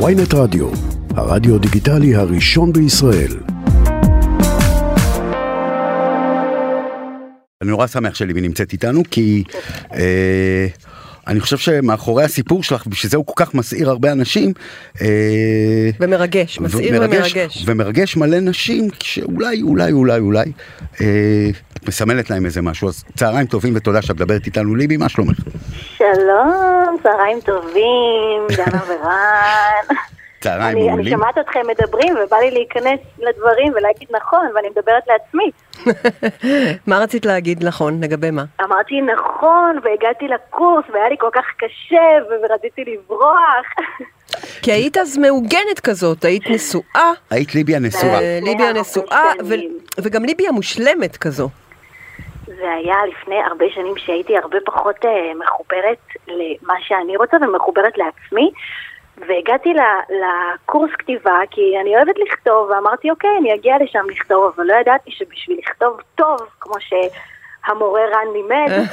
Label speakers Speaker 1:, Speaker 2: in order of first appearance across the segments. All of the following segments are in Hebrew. Speaker 1: ויינט רדיו, הרדיו דיגיטלי הראשון בישראל.
Speaker 2: אני נורא שמח שליבי נמצאת איתנו, כי אה, אני חושב שמאחורי הסיפור שלך, בשביל זה הוא כל כך מסעיר הרבה אנשים. אה,
Speaker 3: ומרגש, מסעיר ומרגש.
Speaker 2: ומרגש מלא נשים שאולי, אולי, אולי, אולי, אה, את מסמלת להם איזה משהו. אז צהריים טובים ותודה שאת מדברת איתנו, ליבי, מה שלומך?
Speaker 4: שלום, צהריים טובים, דנה ורן.
Speaker 2: צהריים
Speaker 4: אני, אני
Speaker 2: מעולים.
Speaker 4: שומעת אתכם מדברים ובא לי להיכנס לדברים ולהגיד נכון, ואני מדברת לעצמי.
Speaker 3: מה רצית להגיד נכון? לגבי מה?
Speaker 4: אמרתי נכון, והגעתי לקורס, והיה לי כל כך קשה, ו- ורציתי לברוח.
Speaker 3: כי היית אז מעוגנת כזאת, היית נשואה,
Speaker 2: היית ליבי הנשואה.
Speaker 3: אה, ליביה
Speaker 4: הרבה
Speaker 3: נשואה,
Speaker 4: שנים.
Speaker 3: ו- וגם ליביה מושלמת כזו.
Speaker 4: זה היה לפני הרבה שנים שהייתי הרבה פחות אה, מחוברת למה שאני רוצה ומחוברת לעצמי. והגעתי ל- לקורס כתיבה, כי אני אוהבת לכתוב, ואמרתי, אוקיי, אני אגיע לשם לכתוב, אבל לא ידעתי שבשביל לכתוב טוב, כמו שהמורה רן לימד,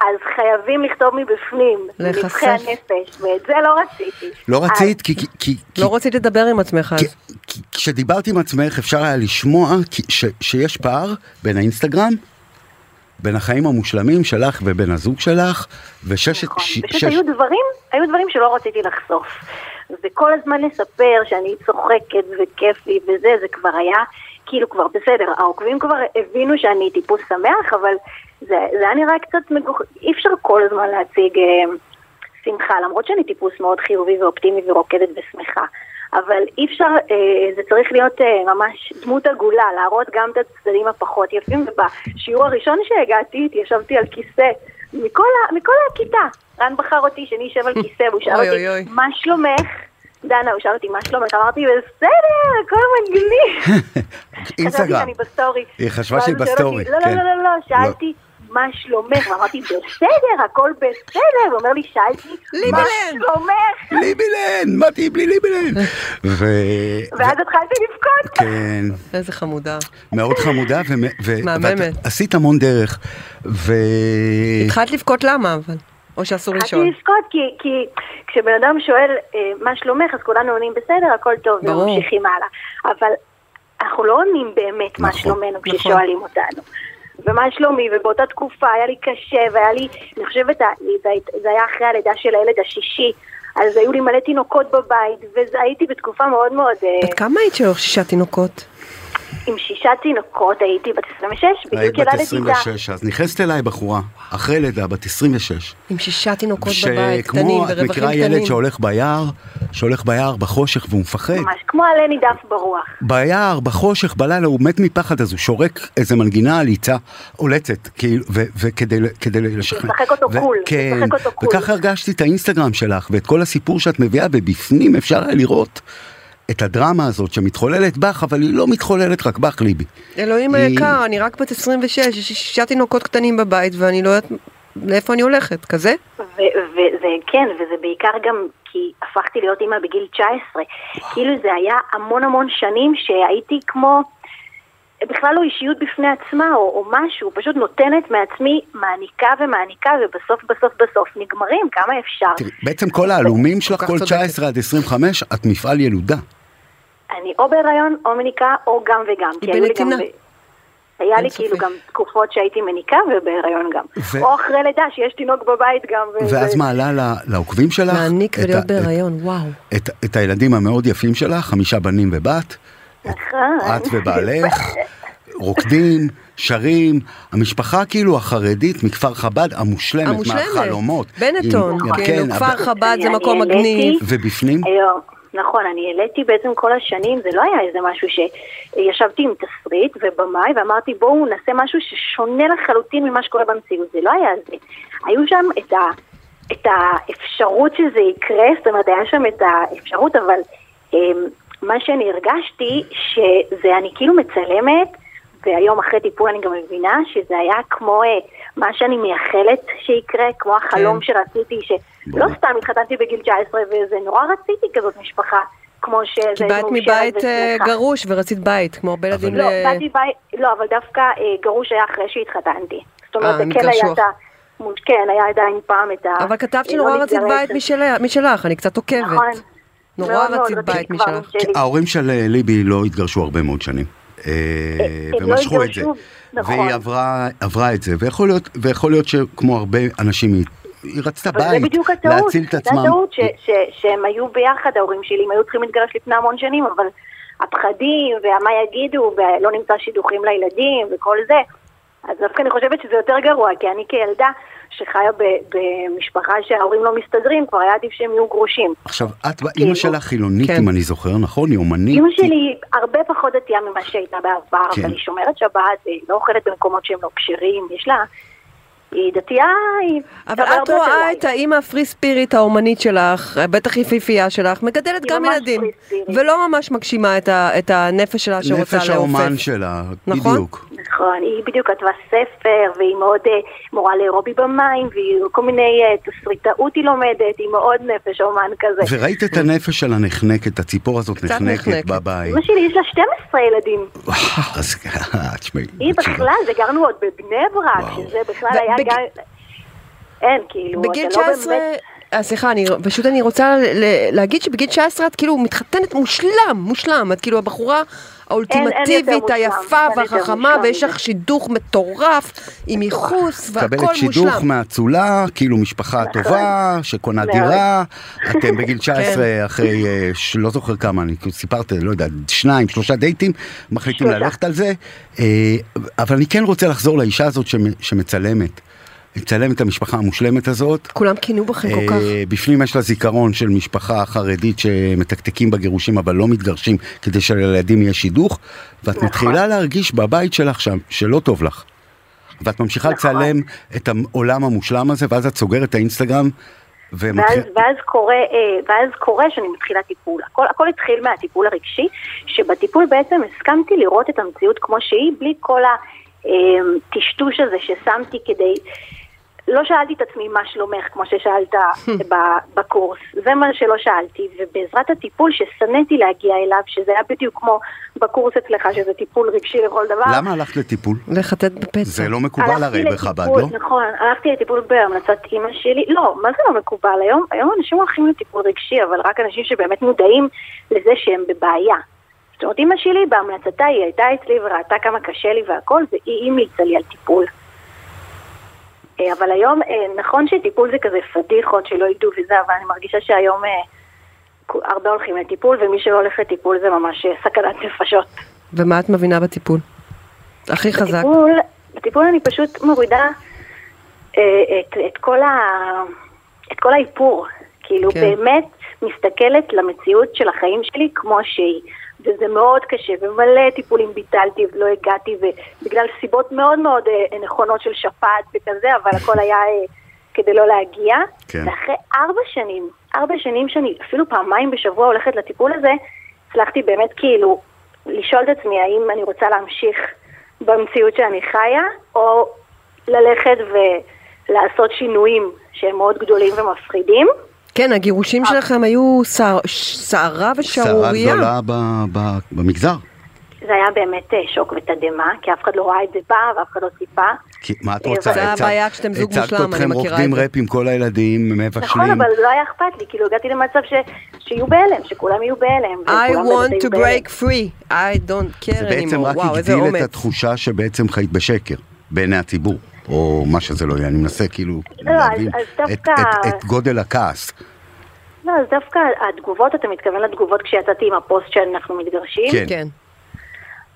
Speaker 4: אז חייבים לכתוב מבפנים,
Speaker 3: להיחשף.
Speaker 4: מנבחי הנפש, ואת זה לא רציתי.
Speaker 2: לא
Speaker 4: אה,
Speaker 2: רצית, כי... כי- כי- כי-
Speaker 3: לא רצית לדבר עם עצמך אז.
Speaker 2: כי- כי- כשדיברת עם עצמך אפשר היה לשמוע כי- ש- שיש פער בין האינסטגרם, בין החיים המושלמים שלך ובין הזוג שלך, וששת...
Speaker 4: נכון.
Speaker 2: ש-
Speaker 4: פשוט
Speaker 2: שש-
Speaker 4: היו דברים, היו דברים שלא רציתי לחשוף. וכל הזמן לספר שאני צוחקת וכיף לי וזה, זה כבר היה, כאילו כבר בסדר, העוקבים כבר הבינו שאני טיפוס שמח, אבל זה, זה היה נראה קצת מגוח... אי אפשר כל הזמן להציג אה, שמחה, למרות שאני טיפוס מאוד חיובי ואופטימי ורוקדת בשמחה. אבל אי אפשר, אה, זה צריך להיות אה, ממש דמות עגולה, להראות גם את הצדדים הפחות יפים, ובשיעור הראשון שהגעתי, התיישבתי על כיסא מכל, ה, מכל הכיתה. רן בחר אותי שאני אשב על כיסא, והוא שאל
Speaker 3: אוי, אוי,
Speaker 4: אותי,
Speaker 3: אוי.
Speaker 4: מה שלומך? דנה, הוא שאל אותי, מה שלומך? אמרתי, בסדר, הכל מגניב. חשבתי
Speaker 2: אינסטגרם.
Speaker 4: שאני בסטורי.
Speaker 2: היא חשבה
Speaker 4: ואז
Speaker 2: שהיא
Speaker 4: הוא שואל
Speaker 2: בסטורי,
Speaker 4: אותי, לא,
Speaker 2: כן.
Speaker 4: לא, לא, לא, לא, שאלתי, מה שלומך? ואמרתי, בסדר, הכל בסדר. הוא אומר לי, שאלתי, מה
Speaker 3: ליבלן."
Speaker 4: שלומך?
Speaker 2: ליבילן, מה תהיי בלי ליבילן? ו...
Speaker 4: ואז
Speaker 2: ו-
Speaker 4: התחלתי לבכות.
Speaker 2: כן,
Speaker 3: איזה חמודה.
Speaker 2: מאוד חמודה, ו... ו-
Speaker 3: מהממת.
Speaker 2: ואת עשית המון דרך, ו... אה.
Speaker 3: התחלת לבכות למה אבל? או שאסור לשאול.
Speaker 4: התחלתי לבכות, כי- כי כשבן אדם שואל אה, מה שלומך, אז כולנו עונים בסדר, הכל טוב,
Speaker 3: ברור.
Speaker 4: וממשיכים הלאה. אבל אנחנו לא עונים באמת מה
Speaker 2: נכון,
Speaker 4: שלומנו
Speaker 3: נכון.
Speaker 4: כששואלים אותנו. ומה שלומי, ובאותה תקופה היה לי קשה, והיה לי, אני חושבת, ה- זה- זה היה אחרי הלידה של הילד השישי, אז היו לי מלא תינוקות בבית, והייתי בתקופה מאוד מאוד... אה,
Speaker 3: בת כמה היית שלו? שישה תינוקות?
Speaker 4: עם שישה תינוקות, הייתי בת 26,
Speaker 2: היית
Speaker 4: בדיוק
Speaker 2: בת
Speaker 4: ילדתי איתה.
Speaker 2: 26, אז נכנסת אליי בחורה, אחרי לידה, בת 26.
Speaker 3: עם שישה תינוקות בבית, קטנים,
Speaker 2: שכמו, את
Speaker 3: ברווחים
Speaker 2: מכירה ילד
Speaker 3: קטנים.
Speaker 2: שהולך ביער, שהולך ביער בחושך והוא מפחד.
Speaker 4: ממש כמו עלה נידף ברוח.
Speaker 2: ביער, בחושך, בלילה, הוא מת מפחד, אז הוא שורק איזה מנגינה עליצה עולצת, כאילו, ו- וכדי ל- כדי לשכנע.
Speaker 4: לשחק אותו קול,
Speaker 2: כן,
Speaker 4: לשחק אותו קול.
Speaker 2: וככה הרגשתי את האינסטגרם שלך, ואת כל הסיפור שאת מביאה, ובפנים אפשר היה לראות את הדרמה הזאת שמתחוללת בך, אבל היא לא מתחוללת רק בך, ליבי.
Speaker 3: אלוהים
Speaker 2: היא-
Speaker 3: היקר, אני רק בת 26, יש לי שישה תינוקות קטנים בבית ואני לא יודעת לאיפה אני הולכת, כזה?
Speaker 4: ו- וזה כן, וזה בעיקר גם כי הפכתי להיות אימא בגיל 19. כאילו זה היה המון המון שנים שהייתי כמו, בכלל לא אישיות בפני עצמה או, או משהו, פשוט נותנת מעצמי, מעניקה ומעניקה, ובסוף בסוף בסוף נגמרים, כמה אפשר.
Speaker 2: תראי, בעצם כל העלומים שלך,
Speaker 3: כך
Speaker 2: כל
Speaker 3: צודקת.
Speaker 2: 19 עד 25, את מפעל ילודה.
Speaker 4: כן, אני או בהיריון או מניקה או גם וגם. כי
Speaker 3: היא
Speaker 4: היו לי גם
Speaker 3: בנתינה.
Speaker 4: ב- היה
Speaker 3: אין
Speaker 4: לי כאילו
Speaker 3: ספק.
Speaker 4: גם תקופות שהייתי מניקה ובהיריון גם.
Speaker 2: ו-
Speaker 4: או אחרי לידה שיש תינוק בבית גם. ו-
Speaker 2: ואז
Speaker 4: ו-
Speaker 2: מה עלה ל- לעוקבים שלך?
Speaker 3: להעניק
Speaker 2: את
Speaker 3: ולהיות
Speaker 2: ה- את-
Speaker 3: בהיריון, וואו.
Speaker 2: את, את הילדים המאוד יפים שלך, חמישה בנים ובת,
Speaker 4: נכון.
Speaker 2: את ובעלך, רוקדים, שרים, המשפחה כאילו החרדית מכפר חב"ד המושלמת,
Speaker 3: המושלמת.
Speaker 2: מהחלומות.
Speaker 3: בנטון,
Speaker 2: עם-
Speaker 3: כן, הוא כפר
Speaker 2: הב-
Speaker 3: חב"ד זה
Speaker 4: אני
Speaker 3: מקום
Speaker 4: העליתי-
Speaker 3: מגניב.
Speaker 2: ובפנים,
Speaker 4: היום, נכון, אני העליתי בעצם כל השנים, זה לא היה איזה משהו שישבתי עם תסריט ובמאי ואמרתי בואו נעשה משהו ששונה לחלוטין ממה שקורה במציאות, זה לא היה זה. היו שם את, ה, את האפשרות שזה יקרה, זאת אומרת היה שם את האפשרות, אבל אמ, מה שאני הרגשתי שזה אני כאילו מצלמת והיום אחרי טיפול אני גם מבינה שזה היה כמו אה, מה שאני מייחלת שיקרה, כמו החלום
Speaker 3: כן.
Speaker 4: שרציתי, שלא
Speaker 2: ברור.
Speaker 4: סתם התחתנתי בגיל 19 וזה נורא רציתי כזאת משפחה, כמו שזה...
Speaker 3: כי באת
Speaker 4: מאושרת
Speaker 3: מבית אה,
Speaker 4: ושמחה.
Speaker 3: גרוש ורצית בית, כמו הרבה ילדים אה,
Speaker 4: לא,
Speaker 3: ל-
Speaker 4: באתי בית, לא, אבל דווקא אה, גרוש היה אחרי שהתחתנתי. זאת אומרת,
Speaker 3: אה,
Speaker 4: זה כן היה
Speaker 3: מתגרשו.
Speaker 4: את ה... מול- כן, היה עדיין פעם את ה...
Speaker 3: אבל כתבת
Speaker 4: אה, לא
Speaker 3: שנורא רצית
Speaker 4: להתגרש.
Speaker 3: בית משלה- משלך, אני קצת עוקבת.
Speaker 4: נכון.
Speaker 3: נורא
Speaker 4: מאוד מאוד
Speaker 3: רצית
Speaker 4: רציתי
Speaker 3: בית
Speaker 4: כבר
Speaker 3: משלך.
Speaker 4: משלי.
Speaker 2: ההורים של אה, ליבי לא התגרשו הרבה מאוד שנים. אה,
Speaker 4: הם לא
Speaker 2: ומשכו את זה.
Speaker 4: התגרשו, נכון.
Speaker 2: והיא עברה, עברה את זה, ויכול להיות, ויכול להיות שכמו הרבה אנשים, היא, היא רצתה
Speaker 4: אבל זה
Speaker 2: בית,
Speaker 4: בדיוק הטעות,
Speaker 2: להציל את
Speaker 4: זה
Speaker 2: עצמם.
Speaker 4: הטעות ש- ש- שהם היו ביחד, ההורים שלי, הם היו צריכים להתגרש לפני המון שנים, אבל הפחדים, והמה יגידו, ולא נמצא שידוכים לילדים, וכל זה, אז דווקא אני חושבת שזה יותר גרוע, כי אני כילדה שחיה ב- במשפחה שההורים לא מסתדרים, כבר היה עדיף שהם יהיו גרושים.
Speaker 2: עכשיו, את,
Speaker 4: כן.
Speaker 2: אימא שלך חילונית,
Speaker 3: כן.
Speaker 2: אם אני זוכר, נכון? היא אומנית.
Speaker 4: אימא שלי היא הרבה פחות דתייה ממה שהייתה בעבר,
Speaker 2: כן.
Speaker 4: אבל היא שומרת שבת, היא לא אוכלת במקומות שהם לא כשרים, יש לה... היא דתייה, היא...
Speaker 3: אבל
Speaker 4: הרבה
Speaker 3: את
Speaker 4: הרבה יותר
Speaker 3: רואה
Speaker 4: לייט.
Speaker 3: את האימא הפרי ספיריט האומנית שלך, אה, בטח יפיפייה שלך, מגדלת
Speaker 4: היא
Speaker 3: גם
Speaker 4: ממש
Speaker 3: ילדים,
Speaker 4: free spirit.
Speaker 3: ולא ממש מגשימה את ה- את הנפש שלה שרוצה
Speaker 2: נפש האומן
Speaker 3: לעופף.
Speaker 2: שלה,
Speaker 3: נכון?
Speaker 2: בדיוק.
Speaker 4: נכון, היא בדיוק כתבה ספר, והיא מאוד אה, מורה לאירובי במים, והיא כל מיני אה, תסריטאות היא לומדת, היא מאוד נפש אומן כזה.
Speaker 2: וראית את הנפש שלה נחנקת, הציפור הזאת
Speaker 3: קצת
Speaker 2: נחנקת
Speaker 3: נחנקת.
Speaker 2: בבית.
Speaker 4: אמא שלי יש לה 12 ילדים,
Speaker 2: אז אה, תשמעי,
Speaker 4: היא
Speaker 2: תקשיבי.
Speaker 4: בכלל, וגרנו עוד בבני ברק,
Speaker 2: וואו.
Speaker 4: שזה בכלל
Speaker 3: ו-
Speaker 4: היה
Speaker 3: בג-
Speaker 4: גם... אין, כאילו,
Speaker 3: בגיל
Speaker 4: אתה לא
Speaker 3: 19,
Speaker 4: באמת...
Speaker 3: אה, סליחה, אני פשוט אני רוצה ל- ל- להגיד שבגיל 19 את כאילו מתחתנת מושלם, מושלם, את כאילו הבחורה
Speaker 4: אין יותר
Speaker 3: האולטימטיבית,
Speaker 4: מושלם,
Speaker 3: היפה
Speaker 4: אין יותר
Speaker 3: והחכמה,
Speaker 4: מושלם
Speaker 3: ויש
Speaker 4: מזה.
Speaker 3: לך שידוך מטורף עם ייחוס והכל
Speaker 2: מקבלת שידוך
Speaker 3: מושלם.
Speaker 2: מהאצולה, כאילו משפחה
Speaker 4: נכון.
Speaker 2: טובה, שקונה
Speaker 4: מאוד.
Speaker 2: דירה, אתם
Speaker 3: כן.
Speaker 2: בגיל 19 אחרי, אה, ש- לא זוכר כמה, אני כאילו סיפרתי, לא יודע, שניים, שלושה דייטים, מחליטים
Speaker 4: שלושה.
Speaker 2: ללכת על זה, אה, אבל אני כן רוצה לחזור לאישה הזאת שמ- שמצלמת, מצלמת את המשפחה המושלמת הזאת.
Speaker 3: כולם קינאו בכם כל כך.
Speaker 2: אה, בפנים יש לה זיכרון של משפחה חרדית שמתקתקים בגירושים אבל לא מתגרשים כדי שלילדים יהיה שידוך ואת
Speaker 4: נכון.
Speaker 2: מתחילה להרגיש בבית שלך שם שלא טוב לך. ואת ממשיכה
Speaker 4: נכון.
Speaker 2: לצלם את העולם המושלם הזה ואז את סוגרת את האינסטגרם
Speaker 4: ואז,
Speaker 2: ומתחילה...
Speaker 4: ואז, קורה, אה, ואז קורה שאני מתחילה טיפול. הכל, הכל התחיל מהטיפול הרגשי, שבטיפול בעצם הסכמתי לראות את המציאות כמו שהיא, בלי כל הטשטוש הזה ששמתי כדי... לא שאלתי את עצמי מה שלומך, כמו ששאלת ב- בקורס. זה מה שלא שאלתי, ובעזרת הטיפול ששנאתי להגיע אליו, שזה היה בדיוק כמו בקורס אצלך, שזה טיפול רגשי לכל דבר.
Speaker 2: למה הלכת לטיפול?
Speaker 3: לחטט בפצע.
Speaker 2: זה לא מקובל
Speaker 4: הלכתי
Speaker 2: הרי
Speaker 4: לטיפול,
Speaker 2: בחב"ד, לא?
Speaker 4: נכון, הלכתי לטיפול בהמלצת אימא שלי. לא, מה זה לא מקובל? היום, היום אנשים הולכים לטיפול רגשי, אבל רק אנשים שבאמת מודעים לזה שהם בבעיה. זאת אומרת, אימא שלי בהמלצתה, היא הייתה אצלי וראתה כמה קשה לי והכל, והיא המליצה לי על טיפול. אה, אבל היום, אה, נכון שטיפול זה כזה פדיחות שלא ידעו וזה, אבל אני מרגישה שהיום אה, כו- הרבה הולכים לטיפול, ומי שלא הולך לטיפול זה ממש אה, סכנת נפשות.
Speaker 3: ומה את מבינה בטיפול? הכי חזק.
Speaker 4: בטיפול, בטיפול אני פשוט מורידה אה, את, את, כל, ה, את כל האיפור. כאילו,
Speaker 3: כן.
Speaker 4: כן. באמת מסתכלת למציאות של החיים שלי כמו שהיא. וזה מאוד קשה, ומלא טיפולים ביטלתי ולא הגעתי, ובגלל סיבות מאוד מאוד אה, נכונות של שפעת וכזה, אבל הכל היה אה, כדי לא להגיע.
Speaker 2: כן.
Speaker 4: ואחרי ארבע שנים, ארבע שנים שאני אפילו פעמיים בשבוע הולכת לטיפול הזה, הצלחתי באמת כאילו לשאול את עצמי האם אני רוצה להמשיך במציאות שאני חיה, או ללכת ולעשות שינויים שהם מאוד גדולים ומפחידים.
Speaker 3: כן,
Speaker 4: אה.
Speaker 3: הגירושים שלכם היו סער- סערה
Speaker 2: סערה
Speaker 3: ושערורייה.
Speaker 2: גדולה ב- ב- במגזר.
Speaker 4: זה היה באמת אה, שוק ותדהמה, כי אף אחד לא ראה את זה בא ואף אחד לא ציפה.
Speaker 2: כי מה את
Speaker 4: אה,
Speaker 2: רוצה?
Speaker 4: זה
Speaker 2: הצג-
Speaker 3: הבעיה כשאתם זוג
Speaker 2: הצגת
Speaker 3: מושלם, אני
Speaker 2: אתכם
Speaker 3: מכירה
Speaker 2: רוקדים
Speaker 3: את זה.
Speaker 2: ראפ עם כל הילדים, מבשלים.
Speaker 4: נכון, אבל לא היה אכפת לי, כאילו הגעתי למצב ש... שיהיו בהלם, שכולם יהיו בהלם.
Speaker 3: I
Speaker 4: וכולם
Speaker 3: want
Speaker 4: באמת
Speaker 3: to
Speaker 4: היו
Speaker 3: break free, I don't care
Speaker 2: זה
Speaker 3: anymore.
Speaker 2: בעצם רק
Speaker 3: וואו, איזה
Speaker 2: הגדיל את
Speaker 3: אומץ.
Speaker 2: התחושה שבעצם חיית בשקר בעיני הציבור, או מה שזה לא יהיה, אני מנסה כאילו
Speaker 4: לא, אז-
Speaker 2: להבין
Speaker 4: אז
Speaker 2: את,
Speaker 4: דווקא-
Speaker 2: את, את גודל הכעס.
Speaker 4: לא, אז דווקא התגובות, אתה מתכוון לתגובות כשיצאתי עם הפוסט שאנחנו מתגרשים?
Speaker 2: כן.
Speaker 3: כן.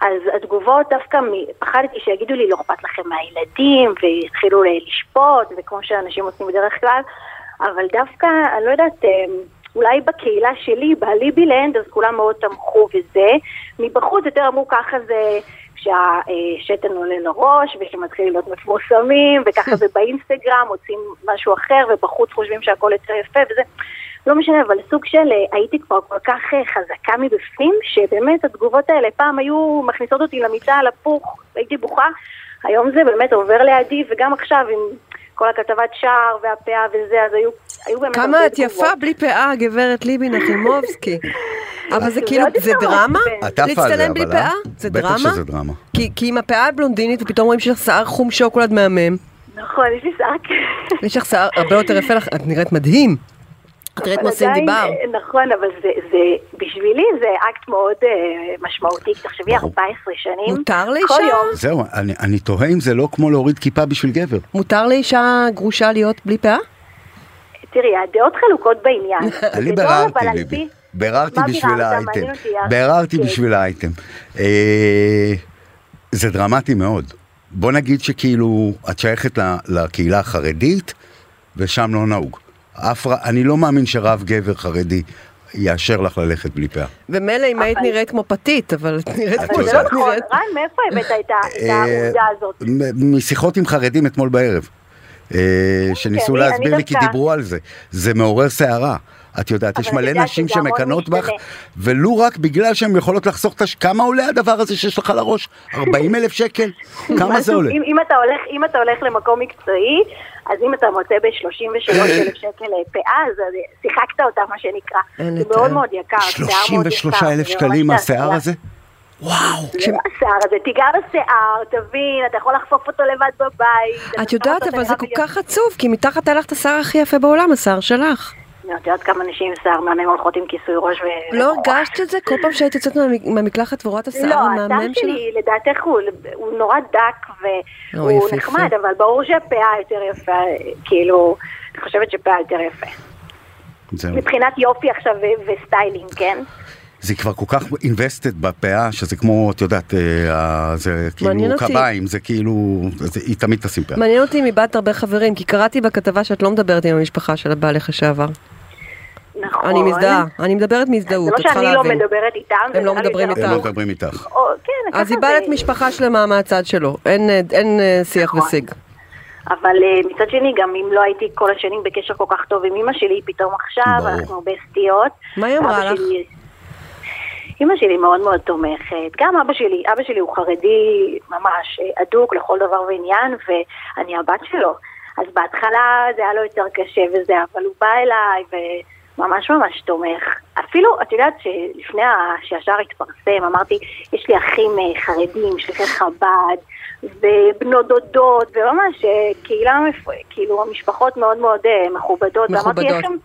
Speaker 4: אז התגובות דווקא, מ- פחדתי שיגידו לי לא אכפת לכם מהילדים, והתחילו ל- לשפוט, וכמו שאנשים עושים בדרך כלל, אבל דווקא, אני לא יודעת, אה, אולי בקהילה שלי, בהליבילנד, אז כולם מאוד תמכו וזה. מבחוץ יותר אמרו ככה זה כשהשתן עולה לראש, וכשמתחילים להיות מפורסמים, וככה זה באינסטגרם, מוצאים משהו אחר, ובחוץ חושבים שהכל יותר יפה וזה. לא משנה, אבל סוג של אה, הייתי כבר כל כך אה, חזקה מבפנים, שבאמת התגובות האלה פעם היו מכניסות אותי למיטה על הפוך, הייתי בוכה, היום זה באמת עובר לידי, וגם עכשיו עם כל הכתבת שער והפאה וזה, אז היו, היו באמת
Speaker 3: כמה
Speaker 4: הרבה
Speaker 3: את יפה
Speaker 4: תגובות.
Speaker 3: בלי פאה, גברת ליבי נחמובסקי. אבל זה
Speaker 4: זה
Speaker 3: כאילו,
Speaker 4: עוד
Speaker 3: זה
Speaker 4: יותר
Speaker 3: דרמה?
Speaker 4: מעצבן.
Speaker 2: את עפה על זה,
Speaker 3: להצטלם בלי
Speaker 2: אבל, אה?
Speaker 3: פאה? זה
Speaker 2: בטח
Speaker 3: דרמה?
Speaker 2: שזה דרמה.
Speaker 3: כי כי עם הפאה הבלונדינית ופתאום רואים שיש לך שיער חום שוקולד מהמם,
Speaker 4: נכון, יש לי שיער כזה.
Speaker 3: יש לך שיער הרבה יותר יפה לך, את נראית מדהים. תראה את
Speaker 4: אבל
Speaker 3: מוסין
Speaker 4: עדיין,
Speaker 3: דיבר.
Speaker 4: אה, נכון, אבל זה, זה, בשבילי זה אקט מאוד אה, משמעותי, תחשבי,
Speaker 2: ברור.
Speaker 4: 14 שנים.
Speaker 3: נכון. מותר
Speaker 4: כל
Speaker 3: לאישה?
Speaker 4: יום.
Speaker 2: זהו, אני, אני תוהה אם זה לא כמו להוריד כיפה בשביל גבר.
Speaker 3: מותר לאישה גרושה להיות בלי פאה?
Speaker 4: תראי, הדעות חלוקות בעניין.
Speaker 2: אני
Speaker 4: בגדול,
Speaker 2: ביררתי,
Speaker 4: לא, אבל על
Speaker 2: ביבי.
Speaker 4: פי-
Speaker 2: ביררתי
Speaker 4: מה
Speaker 2: בשביל
Speaker 4: ביררת?
Speaker 2: האייטם.
Speaker 4: מעניין אותי, אה,
Speaker 2: ביררתי
Speaker 4: כן.
Speaker 2: בשביל האייטם. אה, זה דרמטי מאוד. בוא נגיד שכאילו, את שייכת ל- לקהילה החרדית, ושם לא נהוג. אף, ר- אני לא מאמין שרב גבר חרדי יאשר לך ללכת בלי פאה.
Speaker 3: ומילא אם היית נראית כמו פתית, אבל את נראית
Speaker 2: אבל
Speaker 3: כמו
Speaker 4: אבל
Speaker 2: את
Speaker 4: זה לא
Speaker 3: שאת
Speaker 2: יודעת.
Speaker 4: נכון,
Speaker 3: נראית.
Speaker 4: רן, מאיפה הבאת את ה- את העובדה
Speaker 2: אה,
Speaker 4: הזאת?
Speaker 2: מ- משיחות עם חרדים אתמול בערב, אה, שניסו
Speaker 4: אוקיי, אני- אני
Speaker 2: להסביר לי כי
Speaker 4: דווקא-
Speaker 2: דיברו על זה. זה מעורר סערה. את יודעת,
Speaker 4: אבל
Speaker 2: יש
Speaker 4: את
Speaker 2: מלא
Speaker 4: יודעת
Speaker 2: נשים
Speaker 4: שזה המון
Speaker 2: שמקנאות בך,
Speaker 4: משתנה.
Speaker 2: ולו רק בגלל שהן יכולות לחסוך את הש... כמה עולה הדבר הזה שיש לך על הראש? 40 אלף שקל? כמה זה עולה?
Speaker 4: אם, אם, אתה הולך, אם אתה הולך למקום מקצועי, אז אם אתה מוצא ב-33,000 שקל אה, פאה, אז אה, שיחקת אותה, מה שנקרא.
Speaker 3: אין
Speaker 4: זה
Speaker 3: לתאר.
Speaker 4: מאוד מאוד יקר, שיער מאוד יקר.
Speaker 2: 33 אלף
Speaker 4: זה
Speaker 2: שקלים
Speaker 4: ממש
Speaker 2: השיער
Speaker 4: תעשייה.
Speaker 2: הזה? וואו!
Speaker 4: זה לא השיער הזה, תיגע בשיער, תבין, אתה יכול לחפוף אותו לבד בבית. אתה
Speaker 3: את
Speaker 4: יכול
Speaker 3: יודעת,
Speaker 4: לעשות
Speaker 3: אבל זה
Speaker 4: עליו
Speaker 3: כל
Speaker 4: גם-
Speaker 3: כך עצוב, כי מתחת היה לך את השיער הכי יפה בעולם, השיער שלך.
Speaker 4: נו, את יודעת כמה נשים עם שיער מהמם הולכות עם כיסוי ראש ו...
Speaker 3: לא
Speaker 4: ומכורה.
Speaker 3: הרגשת את זה כל פעם שהיית יוצאת מהמק- מהמקלחת ורואה את השיער
Speaker 4: לא,
Speaker 3: המהמם
Speaker 4: השיער
Speaker 3: שלך?
Speaker 4: שלי, לדעתך הוא, הוא נורא דק
Speaker 3: לא,
Speaker 4: והוא
Speaker 3: יפהפה.
Speaker 4: נחמד, אבל ברור שהפאה יותר יפה, כאילו, אני חושבת שפאה יותר יפה.
Speaker 2: זהו.
Speaker 4: מבחינת יופי עכשיו ו- וסטיילינג, כן?
Speaker 2: זה כבר כל כך invested בפאה, שזה כמו, את יודעת, אה, ה- זה
Speaker 3: מעניין
Speaker 2: כאילו
Speaker 3: אותי.
Speaker 2: קביים, זה כאילו, זה- היא תמיד תשים פאה.
Speaker 3: מעניין אותי אם איבדת הרבה חברים, כי קראתי בכתבה שאת לא מדברת עם המשפחה של הבעלך לשעבר.
Speaker 4: נכון.
Speaker 3: אני מזדהה, אני מדברת
Speaker 4: זה
Speaker 3: מהזדהות,
Speaker 4: לא
Speaker 3: את צריכה
Speaker 4: שאני לא
Speaker 3: להבין.
Speaker 4: מדברת איתם. זה
Speaker 3: הם לא
Speaker 4: נראה לי
Speaker 3: מדברים
Speaker 4: שאנחנו-
Speaker 2: הם
Speaker 3: איתך.
Speaker 2: לא מדברים איתך.
Speaker 4: או, כן, ככה
Speaker 3: אז
Speaker 4: זה-
Speaker 3: איבדת משפחה שלמה מהצד שלו, אין אה, אין, אה, שיח
Speaker 4: נכון.
Speaker 3: ושיג.
Speaker 4: אבל אה, מצד שני, גם אם לא הייתי כל השנים בקשר כל כך טוב עם אמא שלי, פתאום עכשיו,
Speaker 2: ברור.
Speaker 4: אנחנו בסטיות.
Speaker 3: מה היא אמרה
Speaker 4: אבא
Speaker 3: לך?
Speaker 4: שלי- אמא שלי מאוד מאוד תומכת, גם אבא שלי, אבא שלי הוא חרדי ממש אה, אדוק לכל דבר ועניין, ואני הבת שלו. אז בהתחלה זה היה לו יותר קשה וזה, אבל הוא בא אליי וממש ממש תומך. אפילו, את יודעת שלפני ה- שהשאר התפרסם, אמרתי, יש לי אחים אה, חרדים, שליחי חב"ד, ובנות דודות, וממש אה, קהילה, מפ- כאילו, המשפחות מאוד מאוד אה, מכובדות. ואמרתי,
Speaker 3: מכובדות.
Speaker 4: איך הם...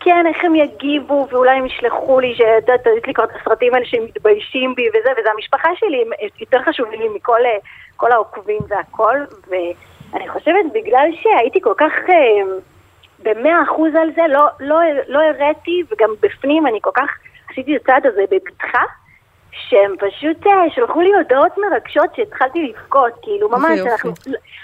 Speaker 4: כן, איך הם יגיבו, ואולי הם ישלחו לי, שאת יודעת, יש לי כבר את הסרטים האלה שהם מתביישים בי וזה, וזה המשפחה שלי, הם יותר חשובים לי מכל אה, כל העוקבים והכל, ואני חושבת בגלל שהייתי כל כך אה, במאה אחוז על זה, לא, לא, לא הראתי, וגם בפנים אני כל כך עשיתי את הצעד הזה בבטחה, שהם פשוט אה, שלחו לי הודעות מרגשות שהתחלתי לבכות, כאילו,
Speaker 3: איזה
Speaker 4: ממש,
Speaker 3: יופי.
Speaker 4: אנחנו,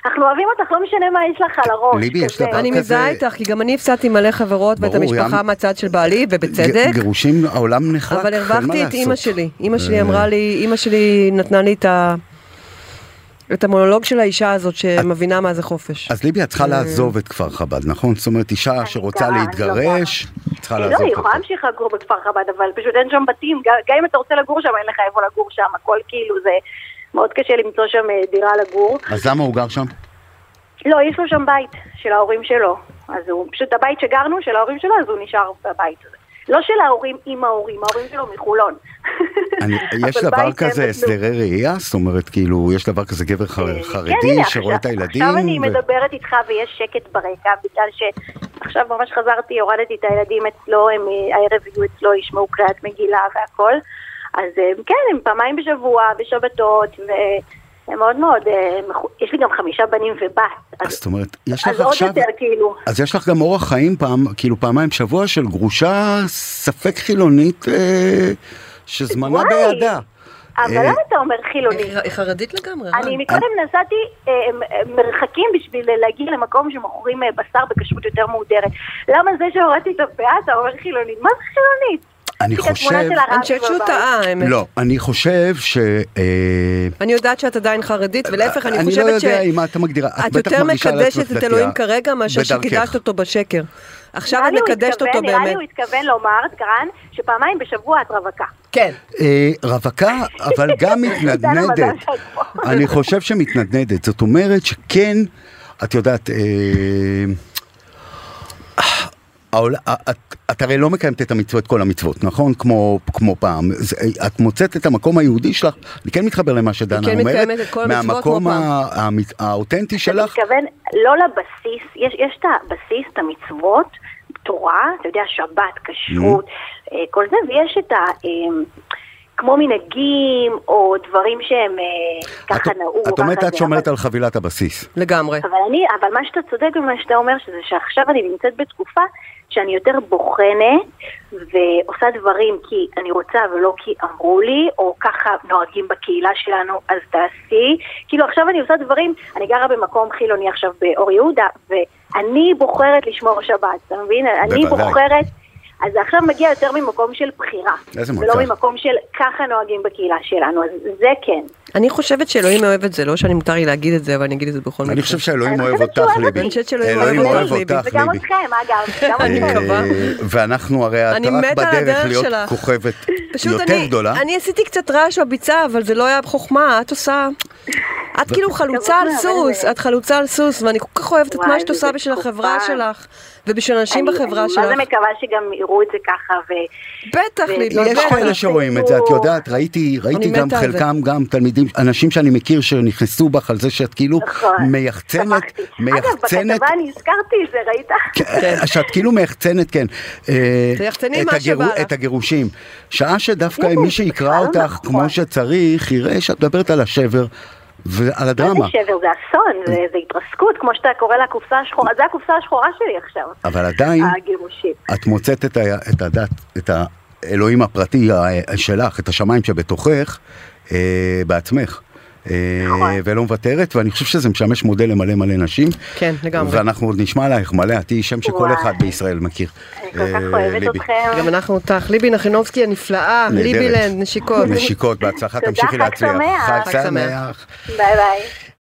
Speaker 4: אנחנו אוהבים אותך, לא משנה מה יש לך על הראש.
Speaker 2: ליבי, יש
Speaker 4: כזה.
Speaker 2: דבר
Speaker 3: אני
Speaker 2: כזה-
Speaker 3: מזהה איתך, כי גם אני הפסדתי מלא חברות ואת
Speaker 2: ברור,
Speaker 3: המשפחה
Speaker 2: ים-
Speaker 3: מהצד של בעלי, ובצדק.
Speaker 2: ג- גירושים, העולם נחלק,
Speaker 3: אבל
Speaker 2: אין מה
Speaker 3: הרווחתי את
Speaker 2: לעשות.
Speaker 3: אימא שלי. אימא שלי
Speaker 2: אה,
Speaker 3: אמרה לי, אימא שלי נתנה לי את ה... את המונולוג של האישה הזאת שמבינה מה זה חופש.
Speaker 2: אז ליבי, את צריכה לעזוב את כפר חב"ד, נכון? זאת אומרת, אישה שרוצה
Speaker 4: גרה, אני
Speaker 2: להתגרש, צריכה
Speaker 4: אה,
Speaker 2: לעזוב
Speaker 4: לא, היא
Speaker 2: את
Speaker 4: יכולה
Speaker 2: זה.
Speaker 4: להמשיך לגור בכפר חב"ד, אבל פשוט אין שם בתים. גם- גם אם אתה רוצה לגור שם, אין לך איפה לגור שם. הכל כאילו, זה מאוד קשה למצוא שם אה, דירה לגור.
Speaker 2: אז למה הוא גר שם?
Speaker 4: לא, יש לו שם בית של ההורים שלו. אז הוא, פשוט הבית שגרנו, של ההורים שלו, אז הוא נשאר בבית הזה. לא של ההורים עם ההורים, ההורים שלו מחולון.
Speaker 2: אני- יש
Speaker 4: אבל
Speaker 2: דבר
Speaker 4: בית שהם
Speaker 2: כזה
Speaker 4: נתנו.
Speaker 2: הסדרי ראייה? זאת אומרת, כאילו, יש דבר כזה גבר חר-
Speaker 4: אה, כן,
Speaker 2: חרדי
Speaker 4: הנה,
Speaker 2: שרואה את
Speaker 4: עכשיו-
Speaker 2: הילדים?
Speaker 4: עכשיו אני
Speaker 2: ו-
Speaker 4: מדברת איתך ויש שקט ברקע, בגלל שעכשיו ממש חזרתי, הורדתי את הילדים אצלו, הם אה, הערב יהיו אצלו, ישמעו קריאת מגילה והכל. אז אה, כן, הם פעמיים בשבוע, בשבתות, והם מאוד מאוד, אה, מחו- יש לי גם חמישה בנים ובת.
Speaker 2: אז זאת אומרת, יש
Speaker 4: אז
Speaker 2: לך
Speaker 4: עוד
Speaker 2: עכשיו...
Speaker 4: יותר כאילו.
Speaker 2: אז יש לך גם אורח חיים פעם, כאילו פעמיים בשבוע של גרושה ספק חילונית אה, שזמנה
Speaker 4: וואי.
Speaker 2: בידה.
Speaker 4: אבל
Speaker 2: אה,
Speaker 4: למה אתה אומר חילוני?
Speaker 3: היא חרדית לגמרי, אה?
Speaker 4: אני מקודם נסעתי אה, אה, מרחקים בשביל להגיע למקום שמוכרים אה, בשר בכשרות יותר מהודרת. למה זה שהורדתי את הפאה אתה אומר חילונית? מה זה חילונית?
Speaker 2: אני
Speaker 4: את התמונה
Speaker 2: חושב...
Speaker 4: של הרבי
Speaker 3: אני חושבת שהוא
Speaker 4: בבית.
Speaker 3: טעה, האמת.
Speaker 2: לא, אני חושב ש... אה,
Speaker 3: אני יודעת שאת עדיין חרדית, ולהפך, אני
Speaker 2: אני
Speaker 3: חושבת ש...
Speaker 2: לא יודע אם מה אתה מגדירה, את
Speaker 3: את
Speaker 2: בטח
Speaker 3: יותר
Speaker 2: מרגישה לעצמך
Speaker 3: מקדשת את
Speaker 2: דתייה.
Speaker 3: אלוהים כרגע, מאשר
Speaker 2: בדרכך.
Speaker 3: שקידשת אותו בשקר. עכשיו
Speaker 4: נראה
Speaker 3: את
Speaker 4: לי הוא
Speaker 3: מקדשת אותו
Speaker 4: התכוון- נראה לי
Speaker 3: באמת.
Speaker 4: הוא התכוון לומר, גרן, שפעמיים בשבוע את רווקה.
Speaker 3: כן.
Speaker 2: אה, רווקה, אבל גם
Speaker 4: איתנו מזל
Speaker 2: מתנדנדת.
Speaker 4: שאת פה.
Speaker 2: אני חושב שמתנדנדת, זאת אומרת שכן, את יודעת, אה, העול- אה, את- את הרי לא מקיימת את המצוות, כל המצוות, נכון? כמו, כמו פעם. זה- את מוצאת את המקום היהודי שלך, אני כן מתחבר למה שדנה
Speaker 3: כן
Speaker 2: אומרת,
Speaker 3: מקיימת את כל המצוות
Speaker 2: מהמקום
Speaker 3: כמו פעם.
Speaker 2: ה- האמית- האותנטי
Speaker 4: אתה
Speaker 2: שלך,
Speaker 4: מתכוון לא לבסיס, יש, יש את הבסיס, את המצוות, התורה, אתה יודע, שבת, כשרות, אה, כל זה, ויש את ה... אה, כמו מנהגים, או דברים שהם אה,
Speaker 2: את-
Speaker 4: ככה נעו.
Speaker 2: את אומרת,
Speaker 4: ככה
Speaker 2: את
Speaker 4: זה,
Speaker 2: שומרת
Speaker 4: אבל-
Speaker 2: על חבילת הבסיס.
Speaker 3: לגמרי.
Speaker 4: אבל אני, אבל מה שאתה צודק במה שאתה אומר, שזה שעכשיו אני נמצאת בתקופה שאני יותר בוחנת ועושה דברים כי אני רוצה ולא כי אמרו לי, או ככה נוהגים בקהילה שלנו, אז תעשי. כאילו עכשיו אני עושה דברים, אני גרה במקום חילוני עכשיו באור יהודה, ואני בוחרת לשמור שבת, אתה מבין? אני
Speaker 2: בוודאי.
Speaker 4: בוחרת... אז זה עכשיו מגיע יותר ממקום של בחירה,
Speaker 2: איזה
Speaker 4: ולא
Speaker 2: מצב.
Speaker 4: ממקום של ככה נוהגים בקהילה שלנו, אז זה כן.
Speaker 3: אני חושבת שאלוהים אוהב את זה, לא שאני מותר לי להגיד את זה, אבל אני אגיד את זה בכל מקרה.
Speaker 2: אני חושב שאלוהים
Speaker 4: אני
Speaker 2: אוהב
Speaker 4: חושבת
Speaker 2: אותך,
Speaker 4: שהוא אוהב
Speaker 2: ליבי.
Speaker 4: אותי. אני
Speaker 3: חושבת שאלוהים
Speaker 2: אלוהים
Speaker 4: אוהב
Speaker 2: אוהב
Speaker 3: אותי.
Speaker 2: אותך,
Speaker 4: וגם
Speaker 2: ליבי.
Speaker 4: אתכם, אגב, גם
Speaker 3: אני
Speaker 4: אתכם.
Speaker 3: מקווה.
Speaker 2: אה, ואנחנו הרי, את
Speaker 3: אני
Speaker 2: רק
Speaker 3: מתה על
Speaker 2: בדרך
Speaker 3: הדרך
Speaker 2: להיות
Speaker 3: שלך.
Speaker 2: כוכבת
Speaker 3: פשוט
Speaker 2: יותר
Speaker 3: אני,
Speaker 2: גדולה.
Speaker 3: אני עשיתי קצת רעש בביצה, אבל זה לא היה בחוכמה, את עושה... את כאילו חלוצה על
Speaker 4: אבל זה-
Speaker 3: סוס, את חלוצה על סוס, ואני כל כך אוהבת את מה
Speaker 4: וואי,
Speaker 3: שאת
Speaker 4: זה
Speaker 3: עושה בשביל
Speaker 4: תקופה.
Speaker 3: החברה שלך, ובשביל אנשים
Speaker 4: אני-
Speaker 3: בחברה
Speaker 4: אני מה זה
Speaker 3: שלך.
Speaker 4: מקווה שגם יראו את זה ככה, ו...
Speaker 3: בטח,
Speaker 4: יש
Speaker 3: ליבי,
Speaker 2: יש
Speaker 4: לא,
Speaker 2: כאלה
Speaker 3: בטח.
Speaker 2: שרואים את זה, את יודעת, ראיתי, ראיתי
Speaker 3: מתה
Speaker 2: גם
Speaker 3: על זה.
Speaker 2: חלקם, גם תלמידים, אנשים שאני מכיר שנכנסו בך על זה שאת כאילו
Speaker 4: נכון.
Speaker 2: מייחצנת,
Speaker 4: שמחתי. אגב,
Speaker 2: מייחצנת,
Speaker 4: בכתבה אני הזכרתי את זה, ראית?
Speaker 2: כן, שאת כאילו מייחצנת, כן, אה,
Speaker 3: תייחצני
Speaker 2: את
Speaker 3: מה שבא
Speaker 2: הגירו-
Speaker 3: לך.
Speaker 2: את הגירושים. שעה שדווקא
Speaker 4: לא,
Speaker 2: מי
Speaker 4: זה
Speaker 2: שיקרא
Speaker 4: בכלל לא
Speaker 2: אותך
Speaker 4: נכון.
Speaker 2: כמו שצריך, יראה שאת מדברת על השבר ועל
Speaker 4: מה
Speaker 2: הדרמה.
Speaker 4: זה שבר, לא זה אסון, זה- זה התרסקות, כמו שאתה קורא לה הקופסה השחורה, זה הקופסה השחורה שלי עכשיו,
Speaker 2: אבל עדיין,
Speaker 4: אה, הגירושים.
Speaker 2: את מוצאת את, ה, את הדת, את האלוהים הפרטי ה- שלך, את השמיים שבתוכך, אה, בעצמך. אה,
Speaker 4: נכון.
Speaker 2: ולא מוותרת, ואני חושב שזה משמש מודל למלא מלא נשים.
Speaker 3: כן, לגמרי.
Speaker 2: ואנחנו עוד נשמע עלייך מלא, את תהיי שם שכל
Speaker 4: וואי.
Speaker 2: אחד בישראל מכיר.
Speaker 4: אני כל כך
Speaker 2: אה,
Speaker 4: אוהבת
Speaker 2: ליבי.
Speaker 4: אתכם.
Speaker 3: גם אנחנו אותך. ליבי נחינובסקי הנפלאה,
Speaker 2: נהדרת.
Speaker 3: ליבילנד, נשיקות.
Speaker 2: נשיקות, בהצלחה,
Speaker 4: תודה,
Speaker 2: תמשיכי
Speaker 4: חג
Speaker 2: להצליח.
Speaker 4: שמח.
Speaker 2: חג
Speaker 3: חג שמח.
Speaker 2: שמח.
Speaker 4: ביי ביי.